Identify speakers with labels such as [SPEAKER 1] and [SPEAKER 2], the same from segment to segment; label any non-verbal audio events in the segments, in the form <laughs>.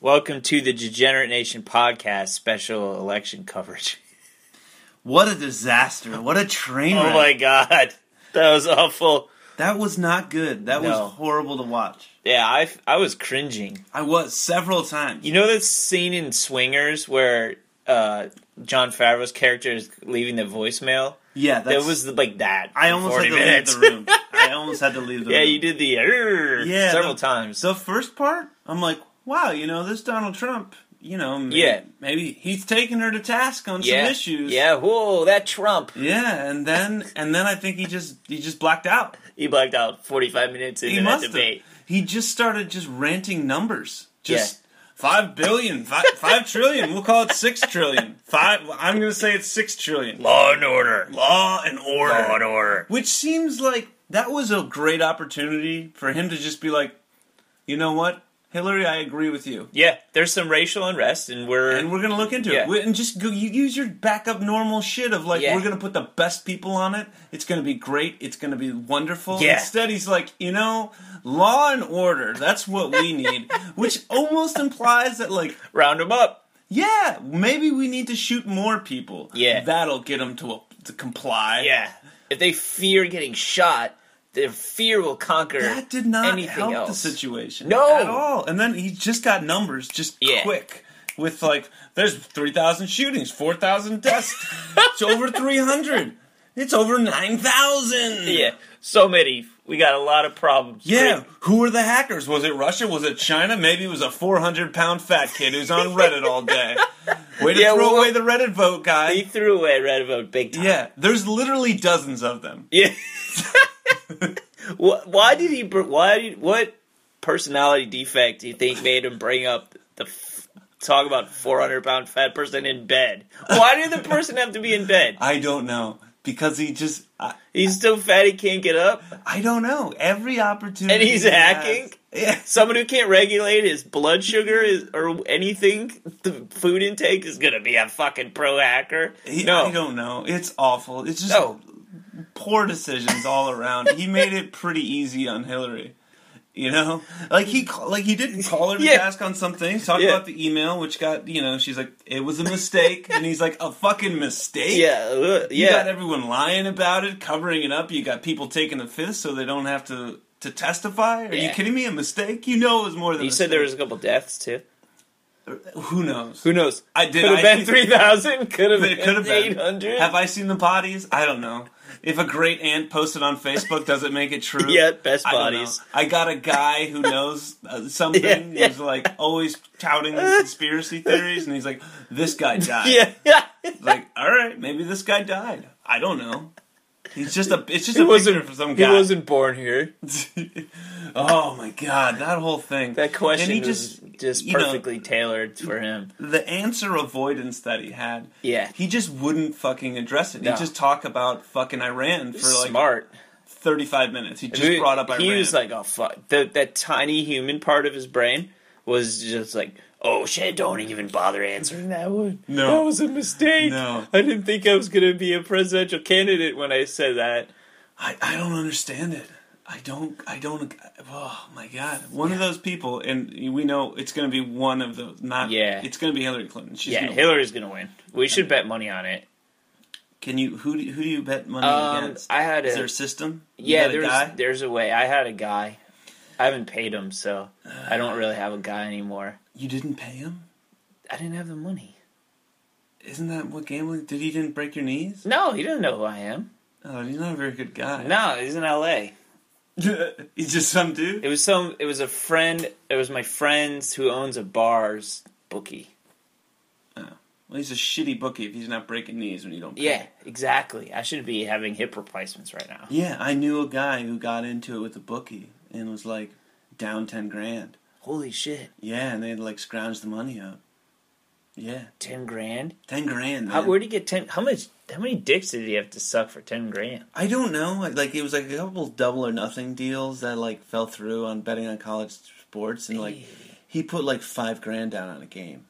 [SPEAKER 1] Welcome to the Degenerate Nation podcast special election
[SPEAKER 2] <laughs>
[SPEAKER 1] coverage.
[SPEAKER 2] What a disaster. What a train wreck.
[SPEAKER 1] <laughs> Oh my god, that was awful.
[SPEAKER 2] That was not good. That
[SPEAKER 1] No.
[SPEAKER 2] was horrible to watch.
[SPEAKER 1] Yeah, I, I was cringing.
[SPEAKER 2] I was several times.
[SPEAKER 1] You know that scene in Swingers where uh, John Favreau's character is leaving the voicemail?
[SPEAKER 2] yeah, that's,
[SPEAKER 1] That was like that.
[SPEAKER 2] I
[SPEAKER 1] for
[SPEAKER 2] almost had
[SPEAKER 1] 40
[SPEAKER 2] to
[SPEAKER 1] minutes.
[SPEAKER 2] leave
[SPEAKER 1] <laughs>
[SPEAKER 2] the room. I almost had to leave the
[SPEAKER 1] yeah,
[SPEAKER 2] room.
[SPEAKER 1] you did the "Arr"
[SPEAKER 2] Yeah,
[SPEAKER 1] several
[SPEAKER 2] the-
[SPEAKER 1] times.
[SPEAKER 2] The first part, I'm like, wow, you know, this Donald Trump, you know, maybe,
[SPEAKER 1] Yeah.
[SPEAKER 2] maybe he's taking her to task on
[SPEAKER 1] yeah,
[SPEAKER 2] some issues.
[SPEAKER 1] yeah. Whoa, that Trump.
[SPEAKER 2] Yeah, and then and then I think he just he just blacked out.
[SPEAKER 1] He blacked out 45 minutes into
[SPEAKER 2] He
[SPEAKER 1] that
[SPEAKER 2] must
[SPEAKER 1] debate.
[SPEAKER 2] have. He just started just ranting numbers. Just
[SPEAKER 1] Yeah.
[SPEAKER 2] five billion, five, <laughs> five trillion. We'll call it six trillion. Five. I'm going to say it's six trillion.
[SPEAKER 1] Law and order.
[SPEAKER 2] Law and order.
[SPEAKER 1] Law and order.
[SPEAKER 2] Which seems like that was a great opportunity for him to just be like, you know what, Hillary, I agree with you.
[SPEAKER 1] Yeah, there's some racial unrest, and we're
[SPEAKER 2] And we're gonna look into
[SPEAKER 1] Yeah.
[SPEAKER 2] it, We- and just go, you use your backup normal shit of like
[SPEAKER 1] Yeah.
[SPEAKER 2] we're gonna put the best people on it. It's gonna be great. It's gonna be wonderful.
[SPEAKER 1] Yeah.
[SPEAKER 2] Instead, he's like, you know, law and order. That's what
[SPEAKER 1] <laughs>
[SPEAKER 2] we need, which almost implies that like,
[SPEAKER 1] round him up.
[SPEAKER 2] yeah, maybe we need to shoot more people.
[SPEAKER 1] Yeah.
[SPEAKER 2] that'll get them to to comply.
[SPEAKER 1] Yeah, if they fear getting shot, their fear will conquer.
[SPEAKER 2] That did not
[SPEAKER 1] anything
[SPEAKER 2] help the
[SPEAKER 1] else.
[SPEAKER 2] situation.
[SPEAKER 1] No.
[SPEAKER 2] At all. And then he just got numbers just
[SPEAKER 1] Yeah.
[SPEAKER 2] quick with like there's 3,000 shootings, 4,000 deaths. it's over 300. It's over 9,000.
[SPEAKER 1] Yeah, so many. We got a lot of problems.
[SPEAKER 2] Yeah, who were the hackers? Was it Russia? Was it China? Maybe it was a 400 pound fat kid who's on Reddit all day. Way to
[SPEAKER 1] Yeah,
[SPEAKER 2] throw
[SPEAKER 1] well-
[SPEAKER 2] away the Reddit vote,
[SPEAKER 1] He
[SPEAKER 2] guy.
[SPEAKER 1] threw away Red Vote big time.
[SPEAKER 2] Yeah, there's literally dozens of them.
[SPEAKER 1] <laughs> Yeah. Wh- why did he? br- Why did what personality defect do you think made him bring up the f- talk about four hundred pound fat person in bed? Why did the person have to be in bed?
[SPEAKER 2] I don't know. Because he just. I,
[SPEAKER 1] He's so fat he can't get up.
[SPEAKER 2] I don't know. Every opportunity.
[SPEAKER 1] And he's
[SPEAKER 2] he has-
[SPEAKER 1] hacking?
[SPEAKER 2] Yeah.
[SPEAKER 1] Someone who can't regulate his blood sugar is, or anything, the food intake is gonna be a fucking pro hacker.
[SPEAKER 2] He- I
[SPEAKER 1] No,
[SPEAKER 2] don't know. It's awful. It's just
[SPEAKER 1] No.
[SPEAKER 2] poor decisions all around. he made it pretty easy on Hillary. You know, like he ca- like he didn't call her to
[SPEAKER 1] Yeah.
[SPEAKER 2] ask on some things. Talk
[SPEAKER 1] Yeah.
[SPEAKER 2] about the email, which got you know she's like it was a mistake, and he's like a fucking mistake.
[SPEAKER 1] yeah, ugh,
[SPEAKER 2] You
[SPEAKER 1] yeah,
[SPEAKER 2] got everyone lying about it, covering it up. You got people taking the fifth so they don't have to to testify. Are
[SPEAKER 1] Yeah.
[SPEAKER 2] you kidding me? A mistake? You know it was more than
[SPEAKER 1] you
[SPEAKER 2] a
[SPEAKER 1] said there was a couple deaths too.
[SPEAKER 2] mistake. who knows.
[SPEAKER 1] Who knows? <laughs>
[SPEAKER 2] I did.
[SPEAKER 1] Could have
[SPEAKER 2] I
[SPEAKER 1] been
[SPEAKER 2] think-
[SPEAKER 1] three thousand. Could have
[SPEAKER 2] It could have
[SPEAKER 1] been eight
[SPEAKER 2] been.
[SPEAKER 1] hundred.
[SPEAKER 2] Have I seen the potties? I don't know. If a great aunt posted on Facebook, does it make it true?
[SPEAKER 1] <laughs> Yeah, best
[SPEAKER 2] I don't know.
[SPEAKER 1] bodies.
[SPEAKER 2] I, got a guy
[SPEAKER 1] <laughs>
[SPEAKER 2] who knows uh, something.
[SPEAKER 1] Yeah,
[SPEAKER 2] He's like always touting these conspiracy theories, and he's like,
[SPEAKER 1] <laughs>
[SPEAKER 2] "This guy died."
[SPEAKER 1] Yeah, <laughs> yeah.
[SPEAKER 2] Like, all right, maybe this guy died. I don't know. He's just a. It's just
[SPEAKER 1] He
[SPEAKER 2] a picture
[SPEAKER 1] wasn't
[SPEAKER 2] for some
[SPEAKER 1] He
[SPEAKER 2] guy.
[SPEAKER 1] wasn't born here.
[SPEAKER 2] oh my god, that whole thing.
[SPEAKER 1] That question
[SPEAKER 2] And he
[SPEAKER 1] was just,
[SPEAKER 2] you know-
[SPEAKER 1] perfectly tailored for him.
[SPEAKER 2] the answer avoidance that he had.
[SPEAKER 1] Yeah.
[SPEAKER 2] He just wouldn't fucking address it.
[SPEAKER 1] No.
[SPEAKER 2] He'd just talk about fucking Iran for like
[SPEAKER 1] Smart.
[SPEAKER 2] 35 minutes. He just
[SPEAKER 1] Dude,
[SPEAKER 2] brought up Iran.
[SPEAKER 1] He was like, "Oh fuck!" The, that tiny human part of his brain was just like, "Oh shit! Don't even bother answering that one.
[SPEAKER 2] No.
[SPEAKER 1] that was a mistake.
[SPEAKER 2] No.
[SPEAKER 1] I didn't think I was gonna be a presidential candidate when I said that."
[SPEAKER 2] I, I don't understand it. I don't, I don't, oh my God. One of those people, and we know it's going to be one of those, not,
[SPEAKER 1] Yeah.
[SPEAKER 2] it's going to be Hillary Clinton. She's
[SPEAKER 1] Yeah,
[SPEAKER 2] gonna,
[SPEAKER 1] Hillary's gonna win. We should bet money on it.
[SPEAKER 2] Can you, who do, who do you bet money
[SPEAKER 1] Um,
[SPEAKER 2] against?
[SPEAKER 1] I had a
[SPEAKER 2] Is there a system? You
[SPEAKER 1] yeah.
[SPEAKER 2] got a
[SPEAKER 1] There's
[SPEAKER 2] guy?
[SPEAKER 1] there's a way. I had a guy. I haven't paid him, so I don't really have a guy anymore.
[SPEAKER 2] You didn't pay him?
[SPEAKER 1] I didn't have the money.
[SPEAKER 2] Isn't that what gambling, did he didn't break your knees?
[SPEAKER 1] No, he doesn't know who I am.
[SPEAKER 2] Oh, he's not a very good guy.
[SPEAKER 1] No, he's in L.A.
[SPEAKER 2] <laughs> he's just some dude?
[SPEAKER 1] It was some. It was a friend. It was my friend's who owns a bar's bookie.
[SPEAKER 2] Well, he's a shitty bookie if he's not breaking knees when you don't. Pay.
[SPEAKER 1] Yeah, exactly. I should be having hip replacements right now.
[SPEAKER 2] Yeah, I knew a guy who got into it with a bookie and was like down ten grand.
[SPEAKER 1] Holy shit,
[SPEAKER 2] Yeah, and they had like scrounged the money up. Yeah,
[SPEAKER 1] ten grand.
[SPEAKER 2] ten grand.
[SPEAKER 1] How,
[SPEAKER 2] man.
[SPEAKER 1] where would he get ten? How much? How many dicks did he have to suck for ten grand?
[SPEAKER 2] I don't know. Like it was like a couple double or nothing deals that like fell through on betting on college sports and like he put like five grand down on a game.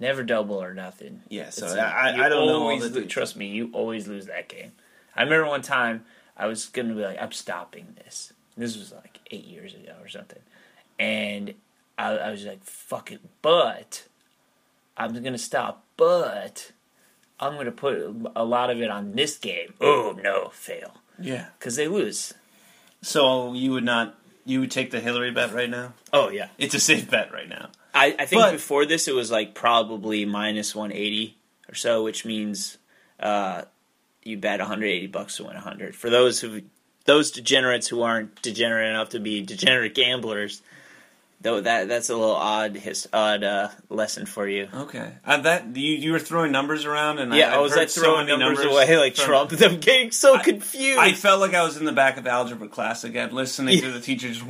[SPEAKER 1] Never double or nothing.
[SPEAKER 2] Yeah, so
[SPEAKER 1] It's-
[SPEAKER 2] I,
[SPEAKER 1] you
[SPEAKER 2] I, I don't know. All
[SPEAKER 1] always
[SPEAKER 2] the
[SPEAKER 1] lo- trust me, you always lose that game. I remember one time I was gonna be like, I'm stopping this. This was like eight years ago or something, and
[SPEAKER 3] I, I was like, fuck it. But I'm going to stop. But I'm going to put a lot of it on this game. Oh, no, fail.
[SPEAKER 2] Yeah.
[SPEAKER 3] Because they lose.
[SPEAKER 2] So you would not. You would take the Hillary bet right now.
[SPEAKER 1] Oh yeah,
[SPEAKER 2] It's a safe bet right now.
[SPEAKER 1] I, I think
[SPEAKER 2] But-
[SPEAKER 1] before this it was like probably minus one eighty or so, which means uh, you bet one hundred eighty bucks to win hundred. For those who those degenerates who aren't degenerate enough to be degenerate gamblers, though that that's a little odd his odd uh, lesson for you.
[SPEAKER 2] Okay. Uh, that you you were throwing numbers around, and
[SPEAKER 1] yeah,
[SPEAKER 2] I,
[SPEAKER 1] I was
[SPEAKER 2] I've
[SPEAKER 1] like
[SPEAKER 2] heard so
[SPEAKER 1] throwing
[SPEAKER 2] many
[SPEAKER 1] numbers, away like
[SPEAKER 2] from-
[SPEAKER 1] Trump. <laughs> I'm getting so
[SPEAKER 2] I-
[SPEAKER 1] confused.
[SPEAKER 2] I felt like I was in the back of algebra class again, listening to the teachers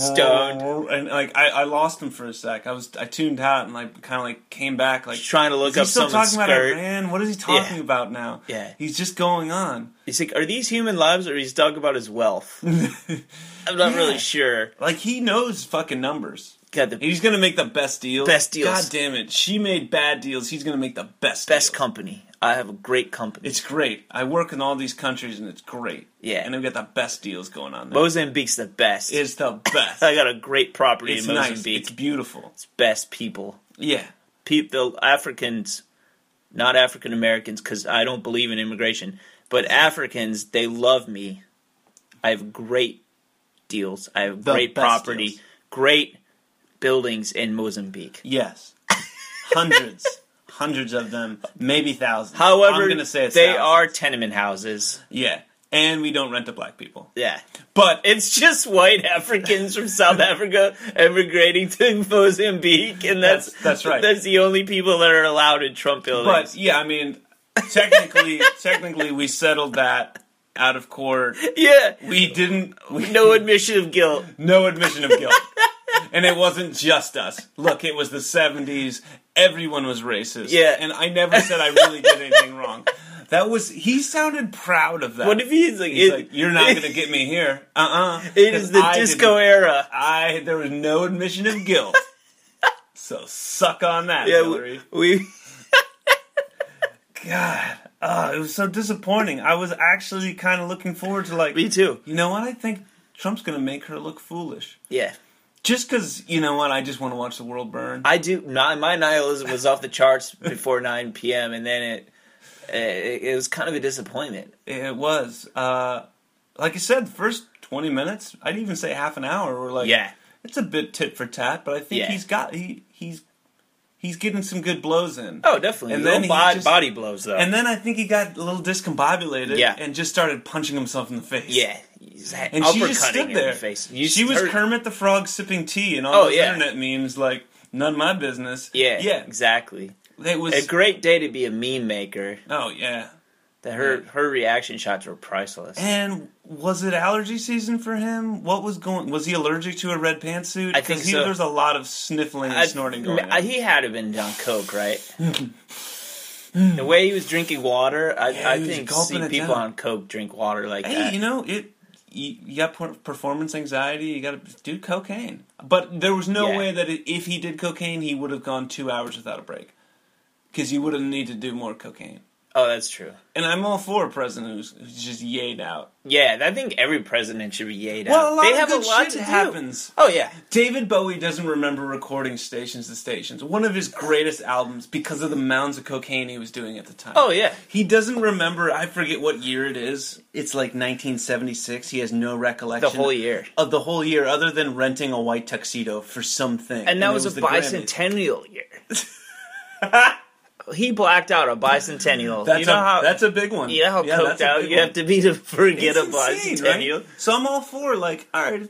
[SPEAKER 1] Stoned.
[SPEAKER 2] and like I, I lost him for a sec. I was I tuned out and I kind of like came back like
[SPEAKER 1] Just trying to look
[SPEAKER 2] is he
[SPEAKER 1] up
[SPEAKER 2] still
[SPEAKER 1] someone's
[SPEAKER 2] talking about
[SPEAKER 1] skirt.
[SPEAKER 2] Iran? What is he talking
[SPEAKER 1] Yeah.
[SPEAKER 2] about now?
[SPEAKER 1] Yeah.
[SPEAKER 2] he's just going on. <laughs>
[SPEAKER 1] He's like, are these human lives, or he's talking about his wealth? I'm not
[SPEAKER 2] Yeah.
[SPEAKER 1] really sure.
[SPEAKER 2] like he knows fucking numbers.
[SPEAKER 1] Got the
[SPEAKER 2] He's gonna make the best deals.
[SPEAKER 1] Best deals.
[SPEAKER 2] God damn it! She made bad deals. He's gonna make the best.
[SPEAKER 1] best
[SPEAKER 2] deals.
[SPEAKER 1] company. I have a great company.
[SPEAKER 2] It's great. I work in all these countries and it's great.
[SPEAKER 1] Yeah.
[SPEAKER 2] and I've got the best deals going on there.
[SPEAKER 1] Mozambique's the best.
[SPEAKER 2] It's the
[SPEAKER 1] <laughs>
[SPEAKER 2] best.
[SPEAKER 1] I got a great property
[SPEAKER 2] it's
[SPEAKER 1] in
[SPEAKER 2] nice.
[SPEAKER 1] Mozambique.
[SPEAKER 2] It's beautiful.
[SPEAKER 1] It's best people.
[SPEAKER 2] Yeah.
[SPEAKER 1] People, the Africans, not African Americans, because I don't believe in immigration, but Africans, they love me. I have great deals. I have
[SPEAKER 2] The
[SPEAKER 1] great
[SPEAKER 2] best
[SPEAKER 1] property,
[SPEAKER 2] deals.
[SPEAKER 1] great buildings in Mozambique.
[SPEAKER 2] <laughs> Yes. hundreds, hundreds of them, maybe thousands.
[SPEAKER 1] However,
[SPEAKER 2] I'm gonna say it's
[SPEAKER 1] they
[SPEAKER 2] thousands.
[SPEAKER 1] are tenement houses.
[SPEAKER 2] Yeah, and we don't rent to black people.
[SPEAKER 1] Yeah.
[SPEAKER 2] But
[SPEAKER 1] It's just white Africans from South Africa immigrating to Mozambique, and that's
[SPEAKER 2] That's- that's right.
[SPEAKER 1] That's the only people that are allowed in Trump
[SPEAKER 2] but
[SPEAKER 1] buildings.
[SPEAKER 2] yeah, I mean, <laughs> technically, technically, we settled that out of court.
[SPEAKER 1] yeah,
[SPEAKER 2] <laughs> We didn't. We,
[SPEAKER 1] no admission of guilt.
[SPEAKER 2] no admission of guilt. and it wasn't just us. Look, it was the 70s. Everyone was racist.
[SPEAKER 1] Yeah.
[SPEAKER 2] And I never said I really did anything <laughs> wrong. That was, he sounded proud of that.
[SPEAKER 1] What if he's like,
[SPEAKER 2] He's
[SPEAKER 1] it,
[SPEAKER 2] like, you're not going to get me here. Uh uh
[SPEAKER 1] <laughs> it is the disco era?
[SPEAKER 2] I, there was no admission
[SPEAKER 1] <laughs>
[SPEAKER 2] of guilt. so suck on that,
[SPEAKER 1] Yeah,
[SPEAKER 2] Hillary.
[SPEAKER 1] we, we-
[SPEAKER 2] God. Oh, it was so disappointing. I was actually kind of looking forward to like,
[SPEAKER 1] me too.
[SPEAKER 2] you know what? I think Trump's going to make her look foolish.
[SPEAKER 1] Yeah,
[SPEAKER 2] Just because, you know what, I just want to watch the world burn.
[SPEAKER 1] I do. My, my nihilism was off the charts before 9 p.m., and then it, it it was kind of a disappointment.
[SPEAKER 2] It was. Uh, like I said, the first 20 minutes, I'd even say half an hour, were like,
[SPEAKER 1] Yeah,
[SPEAKER 2] it's a bit tit for tat, but I think
[SPEAKER 1] Yeah.
[SPEAKER 2] he's got, he he's he's getting some good blows in.
[SPEAKER 1] oh, definitely.
[SPEAKER 2] And
[SPEAKER 1] And
[SPEAKER 2] then
[SPEAKER 1] then
[SPEAKER 2] he just-
[SPEAKER 1] body blows though.
[SPEAKER 2] And then I think he got a little discombobulated
[SPEAKER 1] Yeah.
[SPEAKER 2] and just started punching himself in the face.
[SPEAKER 1] yeah, he's had
[SPEAKER 2] And she just
[SPEAKER 1] uppercutting
[SPEAKER 2] stood
[SPEAKER 1] in
[SPEAKER 2] there.
[SPEAKER 1] the face. You
[SPEAKER 2] she was
[SPEAKER 1] heard-
[SPEAKER 2] Kermit the Frog sipping tea and all
[SPEAKER 1] Oh,
[SPEAKER 2] those
[SPEAKER 1] yeah.
[SPEAKER 2] internet memes like, none of my business.
[SPEAKER 1] Yeah,
[SPEAKER 2] Yeah.
[SPEAKER 1] exactly.
[SPEAKER 2] It was,
[SPEAKER 1] A great day to be a meme maker.
[SPEAKER 2] oh, yeah.
[SPEAKER 1] That her her reaction shots were priceless.
[SPEAKER 2] And was it allergy season for him? What was going? Was he allergic to a red pantsuit?
[SPEAKER 1] I think
[SPEAKER 2] 'Cause he,
[SPEAKER 1] so.
[SPEAKER 2] There was a lot of sniffling and
[SPEAKER 1] I-
[SPEAKER 2] snorting going Mm-hmm.
[SPEAKER 1] I-
[SPEAKER 2] on.
[SPEAKER 1] He had to have been on coke,
[SPEAKER 2] <laughs>
[SPEAKER 1] right? the way he was drinking water, I,
[SPEAKER 2] Mm-hmm. Yeah,
[SPEAKER 1] I
[SPEAKER 2] he was
[SPEAKER 1] think
[SPEAKER 2] gulping
[SPEAKER 1] see
[SPEAKER 2] it
[SPEAKER 1] people
[SPEAKER 2] down.
[SPEAKER 1] on coke drink water like
[SPEAKER 2] hey,
[SPEAKER 1] that.
[SPEAKER 2] you know it. You, you got per- performance anxiety. You got to do cocaine. But there was no
[SPEAKER 1] Yeah.
[SPEAKER 2] way that it, if he did cocaine, he would have gone two hours without a break, because you would have needed to do more cocaine.
[SPEAKER 1] oh, that's true.
[SPEAKER 2] And I'm all for a president who's, who's just yayed out.
[SPEAKER 1] Yeah, I think every president should be yayed
[SPEAKER 2] Well, a
[SPEAKER 1] out.
[SPEAKER 2] lot
[SPEAKER 1] They
[SPEAKER 2] of
[SPEAKER 1] have
[SPEAKER 2] good
[SPEAKER 1] a lot
[SPEAKER 2] shit
[SPEAKER 1] to do.
[SPEAKER 2] happens.
[SPEAKER 1] Oh yeah,
[SPEAKER 2] David Bowie doesn't remember recording stations to stations. One of his greatest albums because of the mounds of cocaine he was doing at the time.
[SPEAKER 1] oh yeah.
[SPEAKER 2] He doesn't remember. I forget what year it is. It's like 1976. He has no recollection
[SPEAKER 1] The whole year,
[SPEAKER 2] of the whole year, other than renting a white tuxedo for something.
[SPEAKER 1] and that
[SPEAKER 2] it
[SPEAKER 1] was, a
[SPEAKER 2] the Grammys.
[SPEAKER 1] bicentennial year.
[SPEAKER 2] <laughs>
[SPEAKER 1] he blacked out a bicentennial.
[SPEAKER 2] That's
[SPEAKER 1] you know
[SPEAKER 2] a
[SPEAKER 1] how
[SPEAKER 2] that's a big one.
[SPEAKER 1] you know how coked
[SPEAKER 2] that's a
[SPEAKER 1] out
[SPEAKER 2] big
[SPEAKER 1] you
[SPEAKER 2] one.
[SPEAKER 1] have to be to forget
[SPEAKER 2] It's
[SPEAKER 1] a
[SPEAKER 2] insane,
[SPEAKER 1] bicentennial.
[SPEAKER 2] right? So I'm all for like, all right,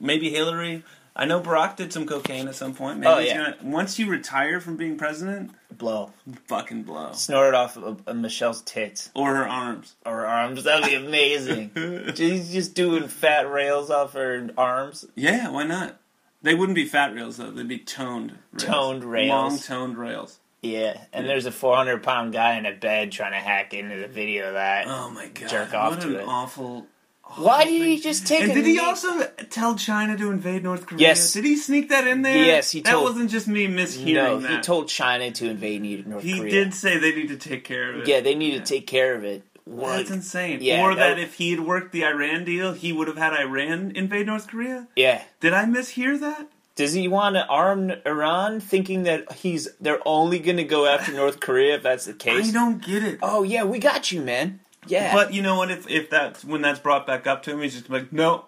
[SPEAKER 2] maybe Hillary. I know Barack did some cocaine at some point. Maybe
[SPEAKER 1] Oh,
[SPEAKER 2] he's
[SPEAKER 1] yeah.
[SPEAKER 2] gonna, once you retire from being president,
[SPEAKER 1] Blow.
[SPEAKER 2] fucking blow.
[SPEAKER 1] snorted off of, of Michelle's tits
[SPEAKER 2] Or her arms.
[SPEAKER 1] or arms. That'd be <laughs> amazing. She's just doing fat rails off her arms.
[SPEAKER 2] Yeah, why not? They wouldn't be fat rails though. They'd be toned, rails.
[SPEAKER 1] Toned rails.
[SPEAKER 2] long toned rails.
[SPEAKER 1] Yeah, and there's a 400 pound guy in a bed trying to hack into the video of that.
[SPEAKER 2] Oh my god!
[SPEAKER 1] Jerk off
[SPEAKER 2] what
[SPEAKER 1] to
[SPEAKER 2] an
[SPEAKER 1] it.
[SPEAKER 2] awful. awful
[SPEAKER 1] Why did he
[SPEAKER 2] thing.
[SPEAKER 1] just take?
[SPEAKER 2] And
[SPEAKER 1] a
[SPEAKER 2] did he
[SPEAKER 1] knee-
[SPEAKER 2] also tell China to invade North Korea?
[SPEAKER 1] Yes.
[SPEAKER 2] Did he sneak that in there?
[SPEAKER 1] Yes, he
[SPEAKER 2] That
[SPEAKER 1] told-
[SPEAKER 2] wasn't just me mishearing
[SPEAKER 1] No,
[SPEAKER 2] that.
[SPEAKER 1] he told China to invade North
[SPEAKER 2] He
[SPEAKER 1] Korea.
[SPEAKER 2] did say they need to take care of it.
[SPEAKER 1] Yeah, they need to take care of it. What?
[SPEAKER 2] That's insane.
[SPEAKER 1] Yeah,
[SPEAKER 2] or that,
[SPEAKER 1] that-
[SPEAKER 2] if he had worked the Iran deal, he would have had Iran invade North Korea.
[SPEAKER 1] yeah,
[SPEAKER 2] Did I mishear that?
[SPEAKER 1] Does he want to arm Iran, thinking that he's they're only going to go after North Korea if that's the
[SPEAKER 2] I
[SPEAKER 1] case?
[SPEAKER 2] don't get it.
[SPEAKER 1] Oh yeah, we got you, man. Yeah,
[SPEAKER 2] But you know what? If if that's when that's brought back up to him, he's just like, no,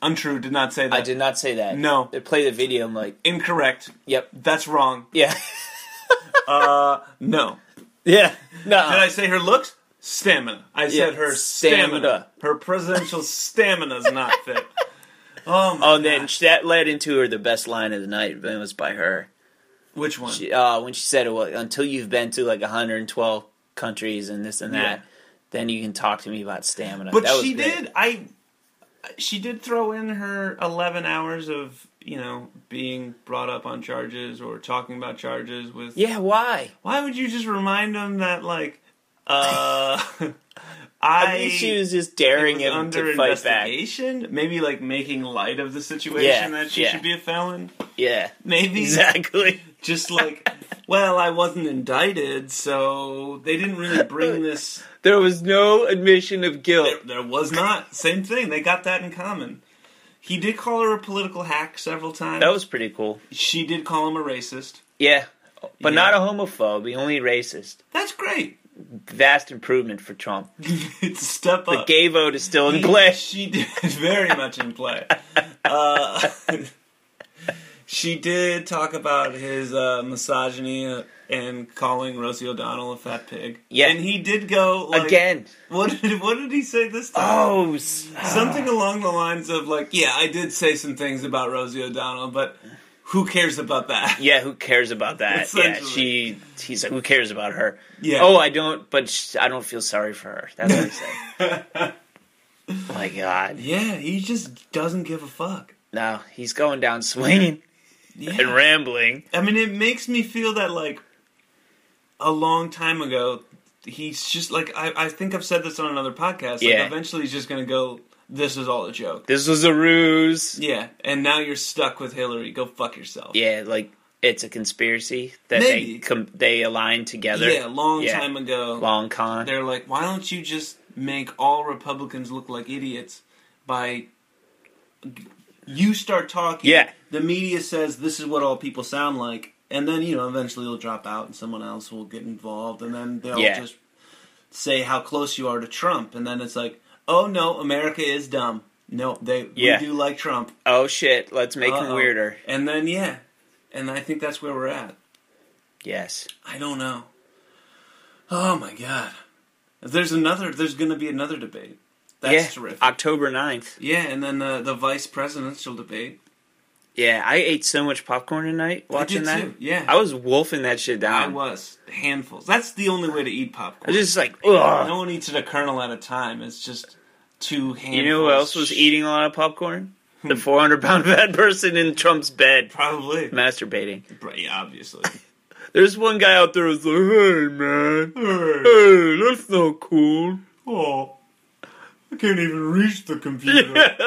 [SPEAKER 2] untrue. Did not say that.
[SPEAKER 1] I did not say that.
[SPEAKER 2] No.
[SPEAKER 1] they play the video. I'm like,
[SPEAKER 2] Incorrect.
[SPEAKER 1] yep,
[SPEAKER 2] That's wrong.
[SPEAKER 1] yeah,
[SPEAKER 2] Uh, no.
[SPEAKER 1] <laughs> yeah, no.
[SPEAKER 2] Did I say her looks? Stamina. I
[SPEAKER 1] Yeah,
[SPEAKER 2] said her
[SPEAKER 1] stamina.
[SPEAKER 2] stamina.
[SPEAKER 1] <laughs>
[SPEAKER 2] Her presidential stamina's not fit. Oh my
[SPEAKER 1] Oh, and then that led into her the best line of the night. but It was by her.
[SPEAKER 2] Which one?
[SPEAKER 1] She, uh, when she said, well, "Until you've been to like 112 countries and this and that,
[SPEAKER 2] Yeah.
[SPEAKER 1] then you can talk to me about stamina."
[SPEAKER 2] but
[SPEAKER 1] That was
[SPEAKER 2] she
[SPEAKER 1] big.
[SPEAKER 2] did. I. She did throw in her eleven hours of you know being brought up on charges or talking about charges with.
[SPEAKER 1] Yeah, why?
[SPEAKER 2] Why would you just remind them that like,
[SPEAKER 1] <laughs>
[SPEAKER 2] uh, I.
[SPEAKER 1] I think she was just
[SPEAKER 2] it
[SPEAKER 1] daring
[SPEAKER 2] was
[SPEAKER 1] him
[SPEAKER 2] under
[SPEAKER 1] to fight back.
[SPEAKER 2] investigation, maybe like making light of the situation
[SPEAKER 1] Yeah,
[SPEAKER 2] that she
[SPEAKER 1] yeah.
[SPEAKER 2] should be a felon.
[SPEAKER 1] <laughs> Yeah,
[SPEAKER 2] Maybe
[SPEAKER 1] exactly.
[SPEAKER 2] just like, well, I wasn't indicted, so they didn't really bring this.
[SPEAKER 1] There was no admission of
[SPEAKER 2] There,
[SPEAKER 1] guilt.
[SPEAKER 2] there was not. Same thing. They got that in common. He did call her a political hack several times.
[SPEAKER 1] That was pretty cool.
[SPEAKER 2] she did call him a racist.
[SPEAKER 1] Yeah, but
[SPEAKER 2] Yeah.
[SPEAKER 1] not a homophobe. He only racist.
[SPEAKER 2] That's great. <laughs>
[SPEAKER 1] Vast improvement for Trump.
[SPEAKER 2] it's a step
[SPEAKER 1] The
[SPEAKER 2] up.
[SPEAKER 1] gay vote is still in play.
[SPEAKER 2] She did <laughs> very much in play. Uh, <laughs> she did talk about his uh, misogyny uh, and calling Rosie O'Donnell a fat pig.
[SPEAKER 1] Yeah.
[SPEAKER 2] and he did go like,
[SPEAKER 1] Again.
[SPEAKER 2] What did what did he say this time?
[SPEAKER 1] Oh, s-
[SPEAKER 2] something along the lines of like, yeah, I did say some things about Rosie O'Donnell, but who cares about that? <laughs>
[SPEAKER 1] yeah. Who cares about that? Yeah,
[SPEAKER 2] Essentially.
[SPEAKER 1] she. He's like, who cares about her?
[SPEAKER 2] Yeah.
[SPEAKER 1] Oh, I don't. But sh I don't feel sorry for her. That's what he
[SPEAKER 2] <laughs>
[SPEAKER 1] said. Oh. My God.
[SPEAKER 2] yeah, he just doesn't give a fuck.
[SPEAKER 1] No, he's going down swinging and
[SPEAKER 2] Yeah.
[SPEAKER 1] rambling.
[SPEAKER 2] I mean, it makes me feel that like a long time ago, he's just like I, I think I've said this on another podcast. Like,
[SPEAKER 1] Yeah.
[SPEAKER 2] Eventually, he's just gonna go. This is all a joke.
[SPEAKER 1] This was a ruse.
[SPEAKER 2] Yeah, and now you're stuck with Hillary. Go fuck yourself.
[SPEAKER 1] Yeah, like it's a conspiracy that they
[SPEAKER 2] Maybe.
[SPEAKER 1] com- they align together.
[SPEAKER 2] Yeah, long
[SPEAKER 1] Yeah.
[SPEAKER 2] time ago.
[SPEAKER 1] Long con.
[SPEAKER 2] They're like, why don't you just make all Republicans look like idiots by you start talking?
[SPEAKER 1] Yeah.
[SPEAKER 2] The media says this is what all people sound like, and then you know eventually it'll drop out, and someone else will get involved, and then they'll
[SPEAKER 1] Yeah.
[SPEAKER 2] just say how close you are to Trump, and then it's like, oh no, America is dumb. No, they
[SPEAKER 1] Yeah.
[SPEAKER 2] we do like Trump.
[SPEAKER 1] Oh shit! Let's make him
[SPEAKER 2] Uh-oh.
[SPEAKER 1] weirder.
[SPEAKER 2] And then yeah, and I think that's where we're at.
[SPEAKER 1] Yes.
[SPEAKER 2] I don't know. Oh my god. There's another. There's going to be another debate. That's
[SPEAKER 1] yeah.
[SPEAKER 2] terrific.
[SPEAKER 1] October 9th.
[SPEAKER 2] yeah, and then uh, the vice presidential debate.
[SPEAKER 1] Yeah, I ate so much popcorn tonight watching
[SPEAKER 2] did
[SPEAKER 1] that.
[SPEAKER 2] too, yeah.
[SPEAKER 1] I was wolfing that shit
[SPEAKER 2] I
[SPEAKER 1] down. I was,
[SPEAKER 2] was handfuls. That's the only way to eat popcorn.
[SPEAKER 1] just like, ugh.
[SPEAKER 2] no one eats it a kernel at a time. It's just two handfuls.
[SPEAKER 1] you know who else was eating a lot of popcorn?
[SPEAKER 2] Hmm.
[SPEAKER 1] The 400 pound <laughs> fat person in Trump's bed
[SPEAKER 2] Probably.
[SPEAKER 1] masturbating.
[SPEAKER 2] Bra- yeah, obviously. <laughs>
[SPEAKER 1] There's one guy out there who's like, hey, man.
[SPEAKER 2] oh,
[SPEAKER 1] Hey, that's not cool. <laughs>
[SPEAKER 2] I can't even reach the computer.
[SPEAKER 1] <laughs>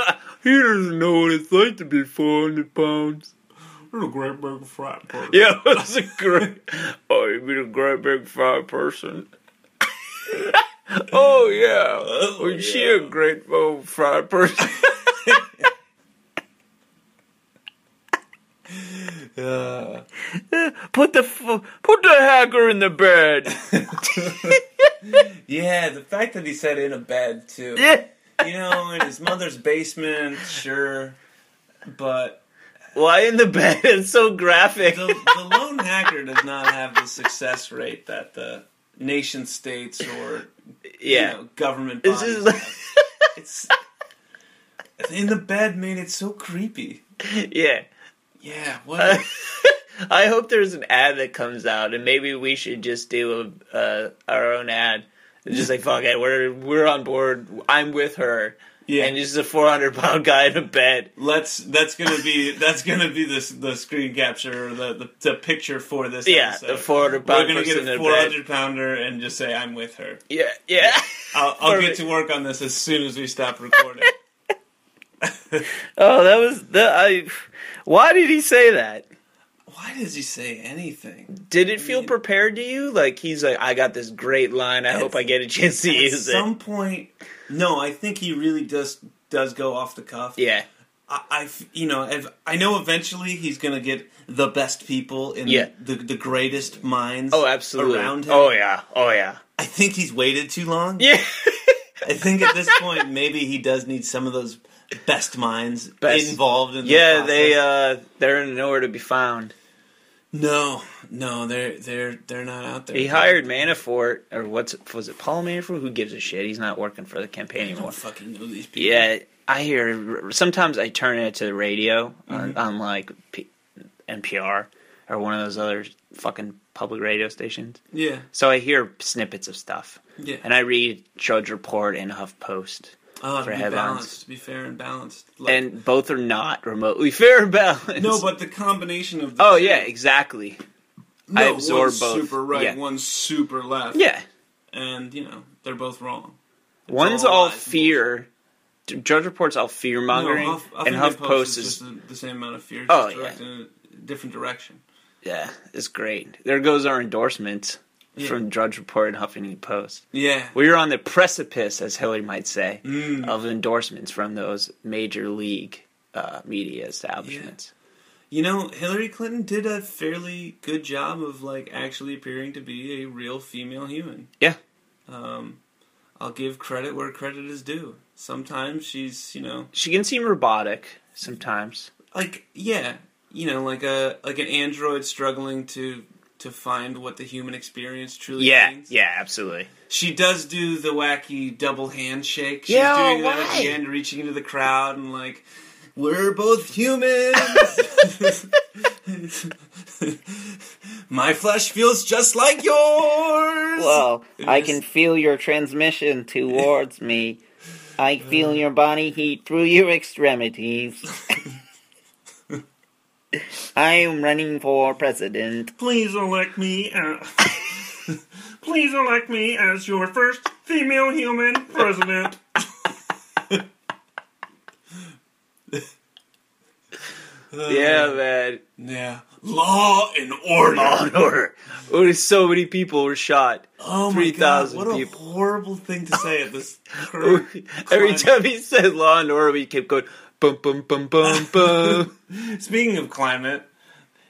[SPEAKER 1] Yeah, he doesn't know what it's like to be 400 pounds. <laughs>
[SPEAKER 2] What a great big frat party.
[SPEAKER 1] Yeah, that's a great. <laughs> Oh, you been a great big fat person. <laughs> oh yeah, oh, she a great old fat person.
[SPEAKER 2] Uh,
[SPEAKER 1] <laughs> put the f- put the hacker in the bed.
[SPEAKER 2] yeah, the fact that he said in a bed too.
[SPEAKER 1] Yeah.
[SPEAKER 2] you know, in his mother's basement, sure. But
[SPEAKER 1] Why in the bed? <laughs> It's so graphic.
[SPEAKER 2] the, the lone hacker does not have the success rate that the nation states or
[SPEAKER 1] yeah,
[SPEAKER 2] you know, government
[SPEAKER 1] it's
[SPEAKER 2] bodies.
[SPEAKER 1] just
[SPEAKER 2] have.
[SPEAKER 1] like
[SPEAKER 2] it's in the bed made it so creepy.
[SPEAKER 1] <laughs> yeah.
[SPEAKER 2] Yeah,
[SPEAKER 1] <laughs>
[SPEAKER 2] what?
[SPEAKER 1] I hope there's an ad that comes out, and maybe we should just do a, uh, our own ad. It's just like fuck it, we're we're on board. I'm with her,
[SPEAKER 2] Yeah.
[SPEAKER 1] and it's just a 400 pound guy in a bed.
[SPEAKER 2] Let's. That's gonna be. That's gonna be this. The screen capture. Or the, the the picture for this.
[SPEAKER 1] Yeah,
[SPEAKER 2] episode.
[SPEAKER 1] the 400
[SPEAKER 2] We're
[SPEAKER 1] pound
[SPEAKER 2] gonna
[SPEAKER 1] person
[SPEAKER 2] get a
[SPEAKER 1] in a
[SPEAKER 2] four
[SPEAKER 1] bed.
[SPEAKER 2] hundred pounder and just say I'm with her.
[SPEAKER 1] Yeah, yeah.
[SPEAKER 2] I'll, I'll
[SPEAKER 1] Perfect.
[SPEAKER 2] get to work on this as soon as we
[SPEAKER 1] <laughs>
[SPEAKER 2] stop recording.
[SPEAKER 1] <laughs> oh, that was the. I, why did he say that?
[SPEAKER 2] Why does he say anything?
[SPEAKER 1] Did it feel prepared to you? Like he's like, I got this great line. I hope I get a chance to
[SPEAKER 2] At
[SPEAKER 1] use
[SPEAKER 2] some point, no, I think he really just does go off the cuff.
[SPEAKER 1] it. Yeah,
[SPEAKER 2] I, I f- you know, if, I know eventually he's going to get the best people in
[SPEAKER 1] Yeah.
[SPEAKER 2] the, the greatest minds.
[SPEAKER 1] Oh, absolutely.
[SPEAKER 2] Around him.
[SPEAKER 1] Oh yeah. Oh yeah.
[SPEAKER 2] I think he's waited too long.
[SPEAKER 1] Yeah.
[SPEAKER 2] I think
[SPEAKER 1] <laughs>
[SPEAKER 2] at this point maybe he does need some of those best minds
[SPEAKER 1] Best-
[SPEAKER 2] involved in.
[SPEAKER 1] <laughs>
[SPEAKER 2] The
[SPEAKER 1] yeah. They
[SPEAKER 2] process.
[SPEAKER 1] uh, they're nowhere to be found.
[SPEAKER 2] no, no, they're they're they're not out there.
[SPEAKER 1] He hired Manafort, or what's was it Paul Manafort? Who gives a shit? He's not working for the campaign
[SPEAKER 2] I
[SPEAKER 1] anymore.
[SPEAKER 2] don't fucking know these people.
[SPEAKER 1] Yeah, I hear. Sometimes I turn it to the radio on,
[SPEAKER 2] Mm-hmm.
[SPEAKER 1] on like P- NPR or one of those other fucking public radio stations.
[SPEAKER 2] yeah,
[SPEAKER 1] So I hear snippets of stuff,
[SPEAKER 2] yeah.
[SPEAKER 1] and I read Drudge Report and HuffPost,
[SPEAKER 2] oh,
[SPEAKER 1] for
[SPEAKER 2] to be
[SPEAKER 1] headlines.
[SPEAKER 2] balanced, to be fair and balanced. Like,
[SPEAKER 1] and both are not remotely <laughs> fair and balanced.
[SPEAKER 2] no, but the combination of the
[SPEAKER 1] oh
[SPEAKER 2] two-
[SPEAKER 1] yeah, exactly.
[SPEAKER 2] no,
[SPEAKER 1] I absorb
[SPEAKER 2] one's
[SPEAKER 1] both.
[SPEAKER 2] Super right,
[SPEAKER 1] Yeah.
[SPEAKER 2] one's super left.
[SPEAKER 1] Yeah,
[SPEAKER 2] and you know they're both wrong.
[SPEAKER 1] one's
[SPEAKER 2] all
[SPEAKER 1] all,
[SPEAKER 2] lies and
[SPEAKER 1] fear. Drudge Report's all fear mongering,
[SPEAKER 2] No, Huff-
[SPEAKER 1] and
[SPEAKER 2] Huffington
[SPEAKER 1] HuffPost is,
[SPEAKER 2] just the, the same amount of fear,
[SPEAKER 1] Oh,
[SPEAKER 2] just directed in a different direction.
[SPEAKER 1] yeah, it's great. There goes our endorsement
[SPEAKER 2] Yeah.
[SPEAKER 1] from Drudge Report and Huffington Post.
[SPEAKER 2] Yeah,
[SPEAKER 1] We are on the precipice, as Hillary might say,
[SPEAKER 2] Mm.
[SPEAKER 1] of endorsements from those major league uh, media establishments.
[SPEAKER 2] you know Hillary Clinton did a fairly good job of like actually appearing to be a real female human.
[SPEAKER 1] Yeah.
[SPEAKER 2] Um, I'll give credit where credit is due. Sometimes she's you know
[SPEAKER 1] She can seem robotic sometimes.
[SPEAKER 2] like yeah you know like a like an android struggling to to find what the human experience truly
[SPEAKER 1] Yeah,
[SPEAKER 2] means.
[SPEAKER 1] yeah, absolutely.
[SPEAKER 2] She does do the wacky double handshake. She's
[SPEAKER 1] Yeah,
[SPEAKER 2] doing that
[SPEAKER 1] why?
[SPEAKER 2] at the end, reaching into the crowd and like, we're both humans. <laughs> My flesh feels just like yours.
[SPEAKER 1] Well, I
[SPEAKER 2] Yes.
[SPEAKER 1] can feel your transmission towards me. I
[SPEAKER 2] <laughs>
[SPEAKER 1] feel your body heat through your extremities. <laughs> I am running for president.
[SPEAKER 2] Please elect me. uh, <laughs> please elect me as your first female human president.
[SPEAKER 1] Yeah, man.
[SPEAKER 2] Uh, Yeah. Law and order.
[SPEAKER 1] Law and order. Oh, so many people were shot.
[SPEAKER 2] Oh my god!
[SPEAKER 1] 3,000
[SPEAKER 2] What a
[SPEAKER 1] people.
[SPEAKER 2] horrible thing to say
[SPEAKER 1] <laughs>
[SPEAKER 2] at this. current
[SPEAKER 1] Every
[SPEAKER 2] climate.
[SPEAKER 1] time he said law and order, we kept going bum bum bum bum
[SPEAKER 2] <laughs>
[SPEAKER 1] bum.
[SPEAKER 2] Speaking of climate,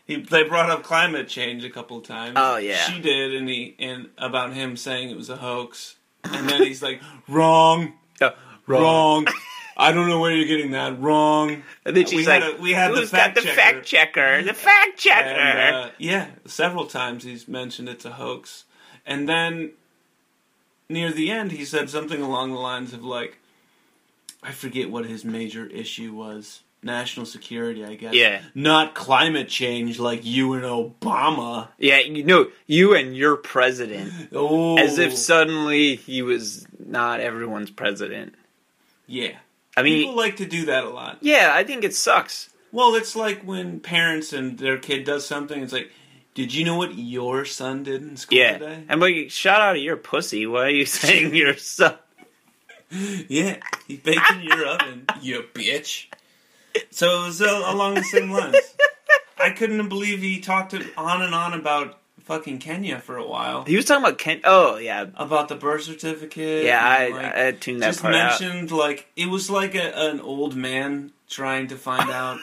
[SPEAKER 2] he, they brought up climate change a couple times.
[SPEAKER 1] Oh, yeah.
[SPEAKER 2] she did, and he and about him saying it was a hoax, and then he's like, "Wrong,
[SPEAKER 1] Yeah, wrong.
[SPEAKER 2] wrong. I don't know where you're getting that wrong."
[SPEAKER 1] And then she's
[SPEAKER 2] we had
[SPEAKER 1] like,
[SPEAKER 2] a- we had the
[SPEAKER 1] "Who's got
[SPEAKER 2] fact
[SPEAKER 1] the
[SPEAKER 2] checker."
[SPEAKER 1] fact checker? The fact checker.
[SPEAKER 2] And, uh, yeah, several times he's mentioned it's a hoax, and then near the end he said something along the lines of like, "I forget what his major issue was." National security, I guess.
[SPEAKER 1] Yeah.
[SPEAKER 2] Not climate change like you and Obama.
[SPEAKER 1] yeah, you know, you and your president.
[SPEAKER 2] Oh,
[SPEAKER 1] As if suddenly he was not everyone's president.
[SPEAKER 2] Yeah,
[SPEAKER 1] I mean,
[SPEAKER 2] people like to do that a lot.
[SPEAKER 1] yeah, I think it sucks.
[SPEAKER 2] Well, it's like when parents and their kid does something. It's like, did you know what your son did in school
[SPEAKER 1] Yeah.
[SPEAKER 2] today?
[SPEAKER 1] I'm like, shout out to your pussy. Why are you <laughs> saying your son?
[SPEAKER 2] Yeah, he baked in your oven, you bitch. So it was uh, along the same lines. I couldn't believe he talked on and on about fucking Kenya for a while,
[SPEAKER 1] He was talking about Ken. Oh, yeah.
[SPEAKER 2] about the birth certificate.
[SPEAKER 1] Yeah, I,
[SPEAKER 2] and, like,
[SPEAKER 1] I, I tuned that
[SPEAKER 2] just
[SPEAKER 1] part out.
[SPEAKER 2] mentioned like it was like a, an old man trying to
[SPEAKER 1] <laughs>
[SPEAKER 2] find out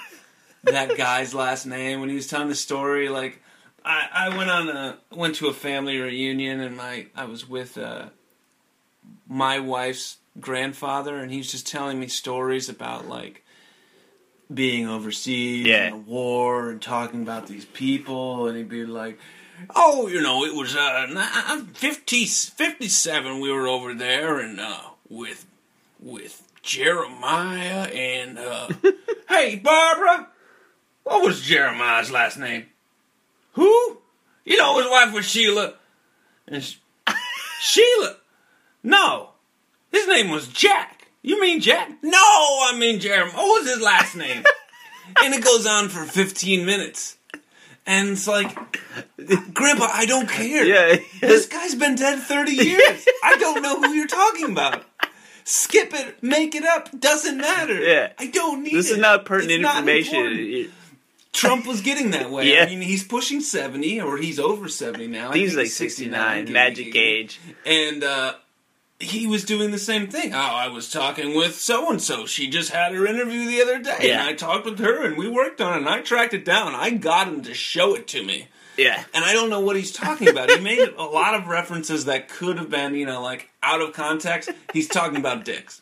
[SPEAKER 2] that guy's last name when he was telling the story. Like I, I went on a went to a family reunion and my I was with uh, my wife's grandfather and he was just telling me stories about like being overseas
[SPEAKER 1] Yeah.
[SPEAKER 2] and the war and talking about these people and he'd be like oh you know it was uh na- 50, 57 we were over there and uh with with jeremiah and uh hey barbara what was jeremiah's last name who you know his wife was sheila and sh- sheila no his name was Jack. You mean Jack? No, I mean Jeremy. What was his last
[SPEAKER 1] <laughs>
[SPEAKER 2] name? and it goes on for 15 minutes. And it's like, Grandpa, I don't care. <laughs>
[SPEAKER 1] Yeah.
[SPEAKER 2] This guy's been
[SPEAKER 1] <laughs>
[SPEAKER 2] dead 30 years. I don't know who you're talking about. Skip it, make it up, doesn't matter.
[SPEAKER 1] Yeah.
[SPEAKER 2] I don't need
[SPEAKER 1] This
[SPEAKER 2] it.
[SPEAKER 1] is not pertinent
[SPEAKER 2] It's not
[SPEAKER 1] information.
[SPEAKER 2] important. Trump was getting that
[SPEAKER 1] <laughs>
[SPEAKER 2] way.
[SPEAKER 1] Yeah.
[SPEAKER 2] I mean, he's pushing 70, or he's over 70 now. I
[SPEAKER 1] He's
[SPEAKER 2] think
[SPEAKER 1] like 69,
[SPEAKER 2] give me-
[SPEAKER 1] magic age.
[SPEAKER 2] and uh, he was doing the same thing. Oh, I was talking with so and so. She just had her interview the other day,
[SPEAKER 1] Yeah.
[SPEAKER 2] and I talked with her, and we worked on it, and I tracked it down. I got him to show it to me.
[SPEAKER 1] Yeah.
[SPEAKER 2] And I don't know what he's talking about. He made a lot of references that could have been, you know, like out of context. He's talking about dicks.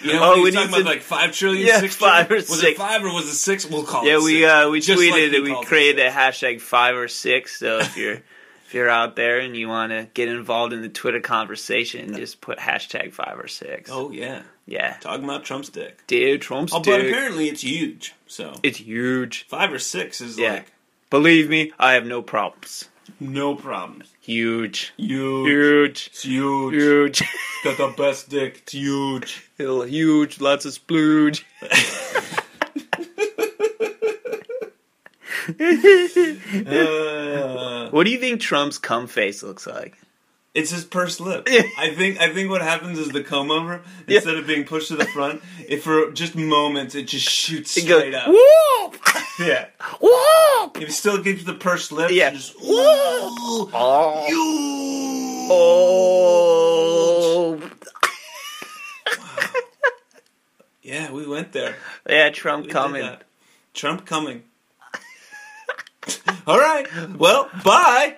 [SPEAKER 2] You know,
[SPEAKER 1] Oh,
[SPEAKER 2] he's
[SPEAKER 1] when
[SPEAKER 2] talking
[SPEAKER 1] he's
[SPEAKER 2] about
[SPEAKER 1] in-
[SPEAKER 2] like five trillion,
[SPEAKER 1] Yeah,
[SPEAKER 2] six
[SPEAKER 1] five
[SPEAKER 2] trillion?
[SPEAKER 1] or
[SPEAKER 2] was it
[SPEAKER 1] six.
[SPEAKER 2] five or was it six? We'll call
[SPEAKER 1] Yeah,
[SPEAKER 2] it.
[SPEAKER 1] we
[SPEAKER 2] six.
[SPEAKER 1] uh, we
[SPEAKER 2] Just like
[SPEAKER 1] tweeted
[SPEAKER 2] he
[SPEAKER 1] it. we
[SPEAKER 2] called it
[SPEAKER 1] created
[SPEAKER 2] six.
[SPEAKER 1] a hashtag five or six. So if you're <laughs> if you're out there and you want to get involved in the Twitter conversation, just put hashtag five or six.
[SPEAKER 2] Oh yeah,
[SPEAKER 1] yeah,
[SPEAKER 2] talking about Trump's dick.
[SPEAKER 1] dude, Trump's
[SPEAKER 2] Oh, but
[SPEAKER 1] dick.
[SPEAKER 2] apparently it's huge. So
[SPEAKER 1] it's huge.
[SPEAKER 2] five or six is
[SPEAKER 1] Yeah.
[SPEAKER 2] like
[SPEAKER 1] Believe me, I have no problems.
[SPEAKER 2] no problems.
[SPEAKER 1] Huge,
[SPEAKER 2] Huge,
[SPEAKER 1] huge,
[SPEAKER 2] it's huge.
[SPEAKER 1] huge, <laughs>
[SPEAKER 2] Got the best dick. It's huge.
[SPEAKER 1] huge. Lots of splooge.
[SPEAKER 2] Uh,
[SPEAKER 1] What do you think Trump's cum face looks like?
[SPEAKER 2] It's his pursed lip.
[SPEAKER 1] Yeah.
[SPEAKER 2] I think I think what happens is the comb over instead of being pushed to the front, if for just moments it just shoots
[SPEAKER 1] It goes
[SPEAKER 2] straight up.
[SPEAKER 1] whoop, <laughs>
[SPEAKER 2] Yeah,
[SPEAKER 1] whoop.
[SPEAKER 2] if it still gives the pursed lip,
[SPEAKER 1] Yeah.
[SPEAKER 2] yeah. just Ooh,
[SPEAKER 1] Oh.
[SPEAKER 2] you.
[SPEAKER 1] Oh.
[SPEAKER 2] Yeah, we went there.
[SPEAKER 1] Yeah, Trump
[SPEAKER 2] We did
[SPEAKER 1] coming.
[SPEAKER 2] that. Trump coming. <laughs> All right. Well, bye.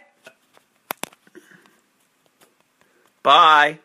[SPEAKER 1] Bye.